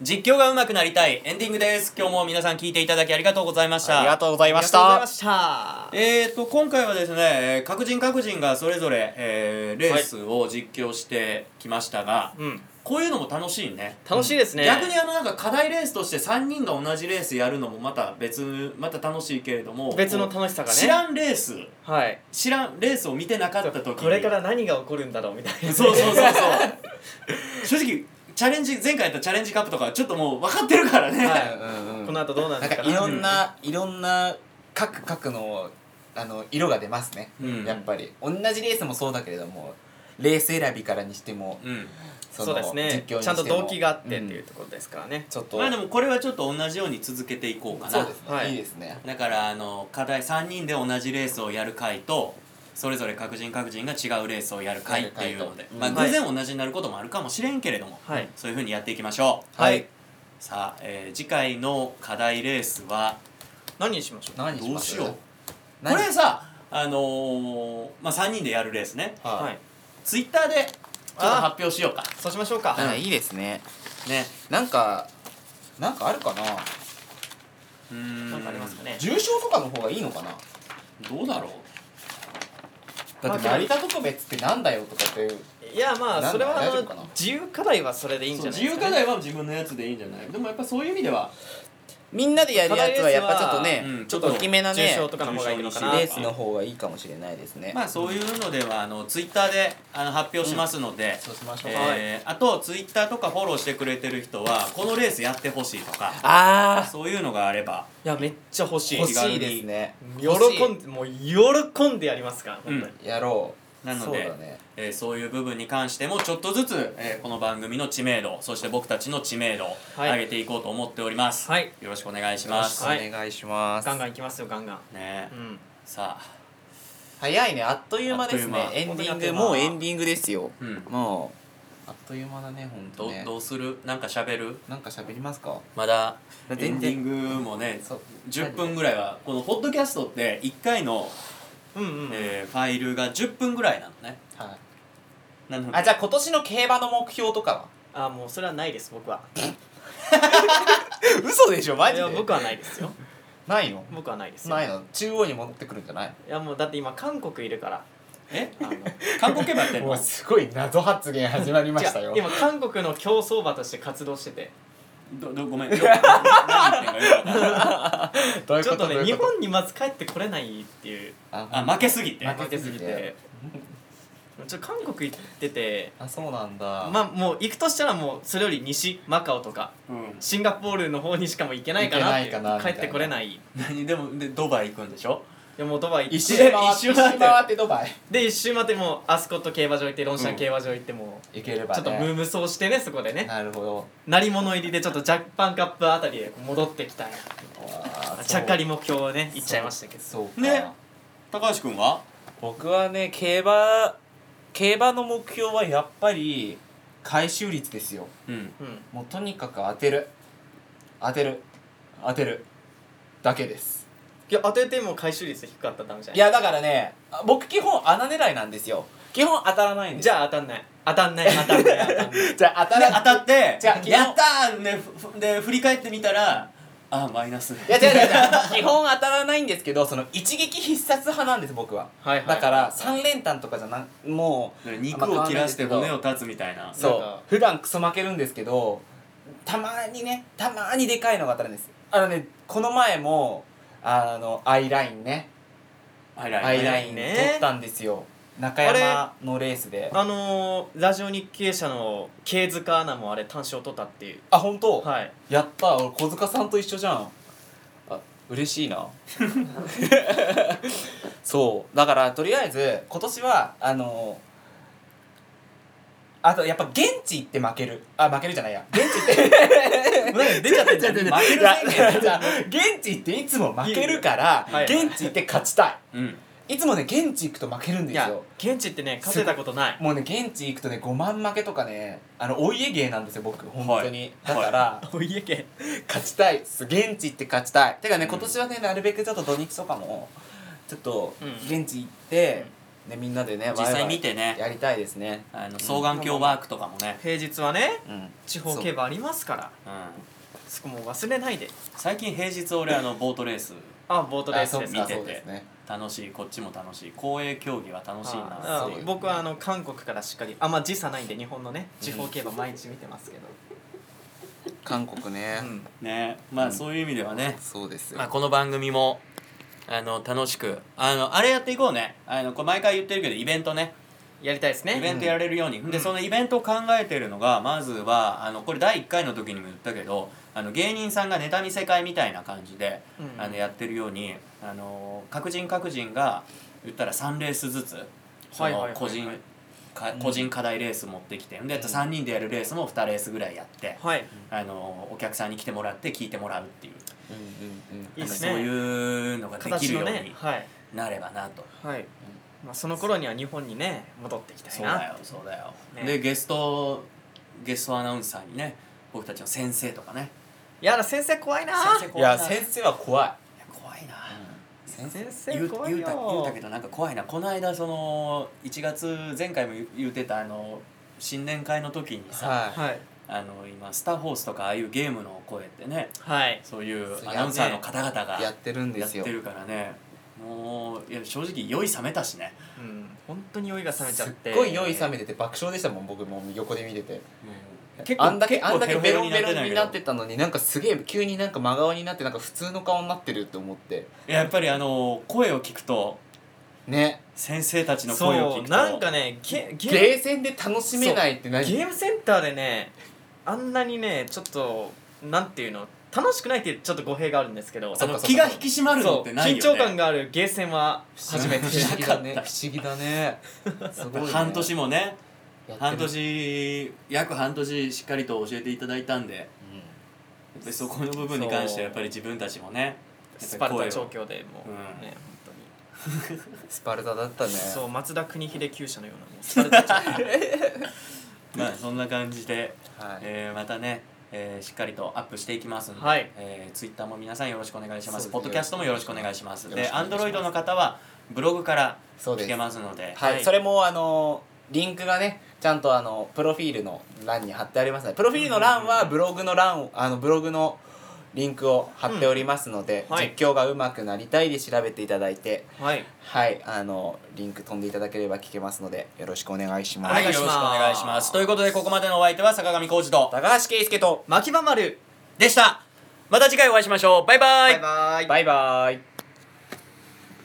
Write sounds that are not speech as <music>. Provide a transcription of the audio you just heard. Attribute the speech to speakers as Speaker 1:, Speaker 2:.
Speaker 1: 実況が上手くなりたいエンディングです今日も皆さん聞いていただきありがとうございました
Speaker 2: ありがとうございまし
Speaker 3: あり
Speaker 2: た
Speaker 3: がとうございました
Speaker 1: えー、と今回はですねえー各人各人がそれぞれ、えーレースを実況してきましたが、
Speaker 2: うん
Speaker 1: こういうのも楽しいね
Speaker 3: 楽しいですね
Speaker 1: 逆にあのなんか課題レースとして3人が同じレースやるのもまた別また楽しいけれども
Speaker 3: 別の
Speaker 1: こ
Speaker 3: 楽しさ
Speaker 1: う
Speaker 3: がね
Speaker 1: 知らんレース
Speaker 3: はい
Speaker 1: 知らんレースを見てなかった時に
Speaker 3: これから何が起こるんだろうみたいな
Speaker 1: そうそうそうそう正直チャレンジ前回やったチャレンジカップとかはちょっともう分かってるからね、
Speaker 3: はい
Speaker 2: うんうん
Speaker 3: この後どうなる
Speaker 2: なん
Speaker 3: のか
Speaker 2: か
Speaker 3: ない
Speaker 2: ろんないろんな各各のあの色が出ますね、
Speaker 1: うん
Speaker 2: やっぱり同じレースもそうだけれどもレース選びからにしても
Speaker 1: うん
Speaker 2: の
Speaker 3: そうですね
Speaker 2: 実況
Speaker 3: ち
Speaker 2: にして
Speaker 3: ゃ
Speaker 2: も
Speaker 3: んと動機があってっていうんところですからね、
Speaker 2: ちょっと、
Speaker 1: まあでもこれはちょっと同じように続けていこうかな
Speaker 2: そうですね、
Speaker 3: はい
Speaker 2: い、いですね
Speaker 1: だからあの課題3人で同じレースをやる回とそれぞれ各人各人が違うレースをやる回っていうので、
Speaker 2: うん
Speaker 1: まあ、
Speaker 3: は
Speaker 1: 偶
Speaker 3: い
Speaker 1: 然同じになることもあるかもしれんけれども、
Speaker 3: はい
Speaker 1: そういうふうにやっていきましょう、
Speaker 2: はい
Speaker 1: さあ、えー次回の課題レースは
Speaker 3: 何にしましょう
Speaker 2: 何にし
Speaker 1: どう
Speaker 2: ます
Speaker 1: しよう
Speaker 2: 何
Speaker 1: これさあのーまあ、3人でやるレースね
Speaker 2: はい、
Speaker 3: はい
Speaker 1: ツイッターでちょっと
Speaker 3: あ
Speaker 1: 発表しようか
Speaker 3: そうしましょうか、
Speaker 2: あいいですね
Speaker 1: ね
Speaker 2: なんかなんかあるかな
Speaker 1: うーん
Speaker 3: なんかありますかね
Speaker 2: 重賞とかの方がいいのかな
Speaker 1: どうだろう
Speaker 2: だって成田特別ってなんだよとかっていう
Speaker 3: いやま
Speaker 2: なんだ
Speaker 3: あそれはあ
Speaker 2: 大丈夫かな
Speaker 3: の自由課題はそれでいいんじ
Speaker 1: そう
Speaker 3: ゃない
Speaker 1: 自
Speaker 3: です
Speaker 1: 由
Speaker 3: か、ね、
Speaker 1: 課題は自分のやつでいいんじゃないでもやっぱそういう意味では
Speaker 2: みんなでやるやつはやっぱちょっと
Speaker 1: 課
Speaker 2: ね、
Speaker 1: 題レースはうん
Speaker 2: ちょっと大きめなね
Speaker 3: 重賞とかの方がいいのかな
Speaker 1: 重賞
Speaker 2: レ
Speaker 1: に
Speaker 2: ースの方がいいかもしれないですね、
Speaker 1: まあそういうのではあのツイッターであの発表しますので、
Speaker 2: そうしましょうか、
Speaker 1: えーあとツイッターとかフォローしてくれてる人はこのレースやってほしいとか
Speaker 2: あ
Speaker 1: そういうのがあれば
Speaker 3: いやめっちゃ欲しい
Speaker 2: ー欲しいですね
Speaker 3: 喜んでもう喜んでやりますから
Speaker 1: うん
Speaker 3: 本当に、
Speaker 2: やろう
Speaker 1: なの
Speaker 2: そう
Speaker 1: で
Speaker 2: だね
Speaker 1: えーそういう部分に関してもちょっとずつ、えーこの番組の知名度そして僕たちの知名度を
Speaker 3: は
Speaker 1: 上
Speaker 3: い
Speaker 1: げていこうと思っております、
Speaker 3: はい
Speaker 1: よろしくお願いします、
Speaker 3: はい
Speaker 2: お願いします
Speaker 3: ガンガンいきますよガンガン
Speaker 1: ね
Speaker 3: うん
Speaker 1: さあ
Speaker 2: 早いねあっという間です
Speaker 1: あ
Speaker 2: ね
Speaker 1: っと
Speaker 2: エ
Speaker 1: いう
Speaker 3: 間
Speaker 2: ンディングもうエンディングですよ、
Speaker 1: うん
Speaker 2: もうあっという間だねほんと
Speaker 1: ど,、
Speaker 2: ね
Speaker 1: どうするなんか喋る
Speaker 2: なんか喋りますか
Speaker 1: まだ
Speaker 2: だって
Speaker 1: エンディングもね
Speaker 2: そう
Speaker 1: 10分ぐらいはこのポッドキャストって1回の、
Speaker 3: うんうん、
Speaker 1: えーファイルが10分ぐらいなのね
Speaker 2: はい
Speaker 1: なので
Speaker 2: あじゃあ今年の競馬の目標とかは
Speaker 3: あもうそれはないです僕は
Speaker 2: 嘘でし <laughs> ょマ
Speaker 3: いや僕はないですよ
Speaker 2: ないの
Speaker 3: 僕はないですよ
Speaker 2: ないの中央に戻ってくるんじゃない
Speaker 3: いやもうだって今韓国いるから
Speaker 1: え
Speaker 3: あ
Speaker 2: <laughs>
Speaker 3: の
Speaker 1: 韓国競馬やってんの
Speaker 2: すごい謎発言始まり
Speaker 3: 違 <laughs> う今韓国の競走馬として活動してて
Speaker 1: どどごめんよく <laughs> 何言ってんかよくわからん
Speaker 2: どういう
Speaker 3: ち
Speaker 2: こ
Speaker 3: ょっ
Speaker 2: と
Speaker 3: と
Speaker 2: ど
Speaker 3: ね
Speaker 2: うい
Speaker 3: 日
Speaker 2: うこと
Speaker 3: 本にまず帰ってこれないっていう
Speaker 2: あ
Speaker 1: あ負けすぎて
Speaker 2: 負
Speaker 3: 負
Speaker 2: け
Speaker 3: け
Speaker 2: す
Speaker 3: す
Speaker 2: ぎ
Speaker 3: ぎ
Speaker 2: て
Speaker 3: てちょっと韓国行ってて
Speaker 2: あそうなんだ
Speaker 3: まあもう行くとしたらもうそれより西マカオとか
Speaker 1: うん
Speaker 3: シンガポールの方にしかもう行けないかなって
Speaker 2: 行けないかなみた
Speaker 3: 帰
Speaker 2: いな
Speaker 3: ってこれないい
Speaker 1: 何でもでドバイ行くんでしょ
Speaker 3: やもうドバイ行っ
Speaker 2: 一
Speaker 3: て
Speaker 2: 周回って
Speaker 1: 一周回って
Speaker 2: 一周回ってドバイ
Speaker 3: で一周待ってもうアスコット競馬場行ってロンシャン競馬場行っても
Speaker 2: 行けれ
Speaker 3: う
Speaker 2: ば
Speaker 3: ちょっとムー
Speaker 2: ね
Speaker 3: ムそうしてねそこでね
Speaker 2: なるほど
Speaker 3: 鳴り物入りでちょっとジャパンカップあたりで戻ってきたいなちゃっかり目標をね行っちゃいましたけど
Speaker 2: そうか
Speaker 1: ね高橋君は
Speaker 2: 僕はね競馬競馬の目標はやっぱり回収率ですよ
Speaker 1: うん
Speaker 3: うん
Speaker 2: もうとにかく当てる当てる当てるだけです
Speaker 3: いや当てても回収率低かったらダメじゃない
Speaker 2: いやだからねあ僕基本穴狙いなんですよ基本当たらないんです
Speaker 3: じゃあ当たんない当たんない当たんない当たんない
Speaker 2: じゃあ当た
Speaker 1: で
Speaker 2: ら
Speaker 1: 当たって
Speaker 2: じゃあ昨日
Speaker 1: やったーねふふで振り返ってみたらあマイナス
Speaker 2: いや違う違う違う基本当たらないんですけどその一撃必殺派なんです僕は
Speaker 3: <laughs> はいはい
Speaker 2: だから3連単とかじゃなもう
Speaker 1: 肉を切らして骨を断つみたいな
Speaker 3: なん
Speaker 2: そう
Speaker 3: か
Speaker 2: 普段クソ負けるんですけどたまにねたまにでかいのが当たるんですあのねこの前もあのアイラインね
Speaker 1: アイ
Speaker 2: ア
Speaker 1: ライ
Speaker 2: イ
Speaker 1: ンね
Speaker 2: ライン取
Speaker 3: ね
Speaker 2: ったんですよ中山のレースであ
Speaker 3: あのー、ラジオ日経社の慶塚アナもあれ単勝取ったっていう
Speaker 2: 本当、
Speaker 3: はい
Speaker 2: やった俺小塚さんと一緒じゃんあ嬉しいなそうだからとりあえず今年はあのあとやっぱ現地行って負けるあ負けるじゃないや現地行って
Speaker 3: 出ちゃってんじゃん
Speaker 1: <laughs> 負ける
Speaker 2: いや
Speaker 1: 宣
Speaker 2: い
Speaker 1: 言
Speaker 2: やいや <laughs> 現地行っていつも負けるから
Speaker 3: いやいやはい
Speaker 2: 現地行って勝ちた
Speaker 1: うん
Speaker 2: いいつもね現地行くと負ける
Speaker 3: い
Speaker 2: んです
Speaker 3: や
Speaker 2: よ
Speaker 3: 現地ってね勝てたことない
Speaker 2: もうね現地行くとね5万負けとかねあのお家芸なんですよ僕本当に、
Speaker 1: はい
Speaker 2: だから、
Speaker 3: お <laughs> 家系
Speaker 2: 勝ちたいっす現地行って勝ちたいてかね
Speaker 1: うん
Speaker 2: 今年はねなるべくちょっと土日とかもちょっと
Speaker 3: うん
Speaker 2: 現地行って、でみんなでね
Speaker 1: 実際見て
Speaker 2: ワイワイ
Speaker 1: ね
Speaker 2: やりたいですね、
Speaker 1: あの双眼鏡ワークとかもね、
Speaker 3: 平日はね
Speaker 2: うん、
Speaker 3: 地方競馬ありますから
Speaker 1: うん、
Speaker 3: そこもう忘れないで
Speaker 1: 最近平日俺あのボートレース
Speaker 3: あボートレース
Speaker 2: あそう
Speaker 3: です
Speaker 1: 見
Speaker 2: か
Speaker 1: て
Speaker 2: そうで
Speaker 1: て
Speaker 2: すね
Speaker 1: 楽しいこっちも楽しい公営競技は楽しい
Speaker 3: あ
Speaker 1: な
Speaker 3: あ
Speaker 1: っていう
Speaker 3: 僕はあの韓国からしっかりあんまあ時差ないんで日本のね地方競馬毎日見てますけど、
Speaker 2: 韓国ね、
Speaker 3: うん
Speaker 1: ねまあそういう意味ではね、
Speaker 2: そうですよ、
Speaker 1: まあ、この番組もあの楽しくあのあれやっていこうねあのこれ毎回言ってるけどイベントね
Speaker 3: やりたいです
Speaker 1: イベ
Speaker 3: ね
Speaker 1: ントやれるように、でそのイベントを考えてるのがまずはあのこれ第1回の時にも言ったけどあの芸人さんがネタ見せ会みたいな感じで、
Speaker 3: うん
Speaker 1: あのやってるようにあの各人各人が言ったら3レースずつそ
Speaker 3: はいはいはい
Speaker 1: の個
Speaker 3: はい
Speaker 1: 人か個人課題レース持ってきてであと3人でやるレースも2レースぐらいやって、
Speaker 3: はい
Speaker 1: あのお客さんに来てもらって聞いてもらうっていう
Speaker 2: うんうんうん
Speaker 3: いいっすね
Speaker 1: そういうのができ
Speaker 3: 形
Speaker 1: るよう
Speaker 3: のね
Speaker 1: に
Speaker 3: はい
Speaker 1: なればなと。
Speaker 3: はい、まあ、その頃には日本にね戻ってきたい
Speaker 1: そうだ
Speaker 3: な
Speaker 1: よそうだよ、
Speaker 3: ね
Speaker 1: でゲストゲストアナウンサーにね僕たちの先生とかね
Speaker 3: いやだ先生怖いな
Speaker 1: 先生
Speaker 2: いや先生は怖い、
Speaker 1: 怖いな、
Speaker 2: 先生
Speaker 3: 先
Speaker 1: 言
Speaker 3: 生
Speaker 1: う
Speaker 3: 怖い
Speaker 1: 言う
Speaker 3: よ
Speaker 1: た言うたけどなんか怖いなこの間その1月前回も言言うてたあの新年会の時にさ、
Speaker 2: はい
Speaker 3: はい
Speaker 1: あの今スターホースとかああいうゲームの声ってね
Speaker 3: はい
Speaker 1: そういう
Speaker 2: そう
Speaker 1: アナウンサーの方々が
Speaker 2: や
Speaker 1: や
Speaker 2: ってるんで
Speaker 1: っ
Speaker 2: すよ
Speaker 1: てるからねもういや正直酔い冷めたしね、
Speaker 3: うん本当に酔いが冷めちゃって
Speaker 2: すっごい酔い冷めてて爆笑でしたもん僕もう横で見てて
Speaker 1: 結構
Speaker 2: あんだけ
Speaker 1: 結構
Speaker 2: あんだけベロンベロン
Speaker 1: た
Speaker 2: に
Speaker 1: け
Speaker 2: な
Speaker 1: ど
Speaker 2: ってたのになんかすげえ急になんか真顔になってなんか普通の顔になってるって思って
Speaker 1: やっぱりあの声を聞くと
Speaker 2: ね
Speaker 1: 先生たちの声を
Speaker 3: そ
Speaker 1: 聞
Speaker 3: う
Speaker 1: くと
Speaker 3: なんかねゲゲ
Speaker 2: ゲーセンで楽しめないって何
Speaker 3: ゲームセンターでねあんなにねちょっとなんていうの楽しくないってちょっと語弊があるんですけど
Speaker 1: あ
Speaker 2: そっ
Speaker 1: の
Speaker 2: かそっか
Speaker 1: 気が引き締まるのってないよ
Speaker 3: 緊
Speaker 1: ね
Speaker 3: 張感があるゲーセンは
Speaker 2: 初
Speaker 3: 初め
Speaker 2: め
Speaker 3: て
Speaker 2: て
Speaker 3: 知っ
Speaker 2: 不
Speaker 3: た
Speaker 2: 思議だね不思議だねすごいね
Speaker 1: 半年もね
Speaker 2: やってる
Speaker 1: 半年約半年しっかりと教えていただいたんででそこの部分に関してはやっぱり自分たちもね
Speaker 3: <laughs> スパルタ調
Speaker 1: やっぱり声を
Speaker 3: 教でもう
Speaker 1: うん
Speaker 3: ね、本
Speaker 2: うんスパルタだったね
Speaker 3: 当にそう松田邦秀厩舎のようなもうスパルタ調教
Speaker 1: まあそんな感じで、
Speaker 2: はい
Speaker 1: えーまたね、えーしっかりとアップしていきますので、
Speaker 3: はい
Speaker 1: えー、ツイッターも皆さんよろしくお願いしま
Speaker 2: そ
Speaker 1: す
Speaker 2: うです
Speaker 1: ポッドキャストもよろしくお願いします
Speaker 2: よろし
Speaker 1: で
Speaker 2: くお願
Speaker 1: ア
Speaker 2: い
Speaker 1: ン
Speaker 2: しま
Speaker 1: ド
Speaker 2: す
Speaker 1: ロイドの方はブログから
Speaker 2: そう
Speaker 1: 聞
Speaker 2: です
Speaker 1: けますので
Speaker 2: は、
Speaker 3: はいい
Speaker 2: それもあのリンクがねちゃんとあのプロフィールの欄に貼ってありますのでプロフィールの欄はブログの欄をあのブログのリンクを貼っておりますので、
Speaker 3: うんはい
Speaker 2: 実況が上手くなりたいで調べていただいて
Speaker 3: <laughs> はい
Speaker 2: はいあのリンク飛んでいただければ聞けますのでよろしくお願いします、
Speaker 1: はい、
Speaker 3: お願い
Speaker 1: よ
Speaker 3: し
Speaker 1: ろ
Speaker 3: ます
Speaker 1: しくお願いしますということでここまでのお相手は坂上浩二と
Speaker 2: 高橋圭介と
Speaker 3: 牧場丸
Speaker 1: でしたまた次回お会いしましょうバイバイ
Speaker 3: バイ
Speaker 2: バイバイ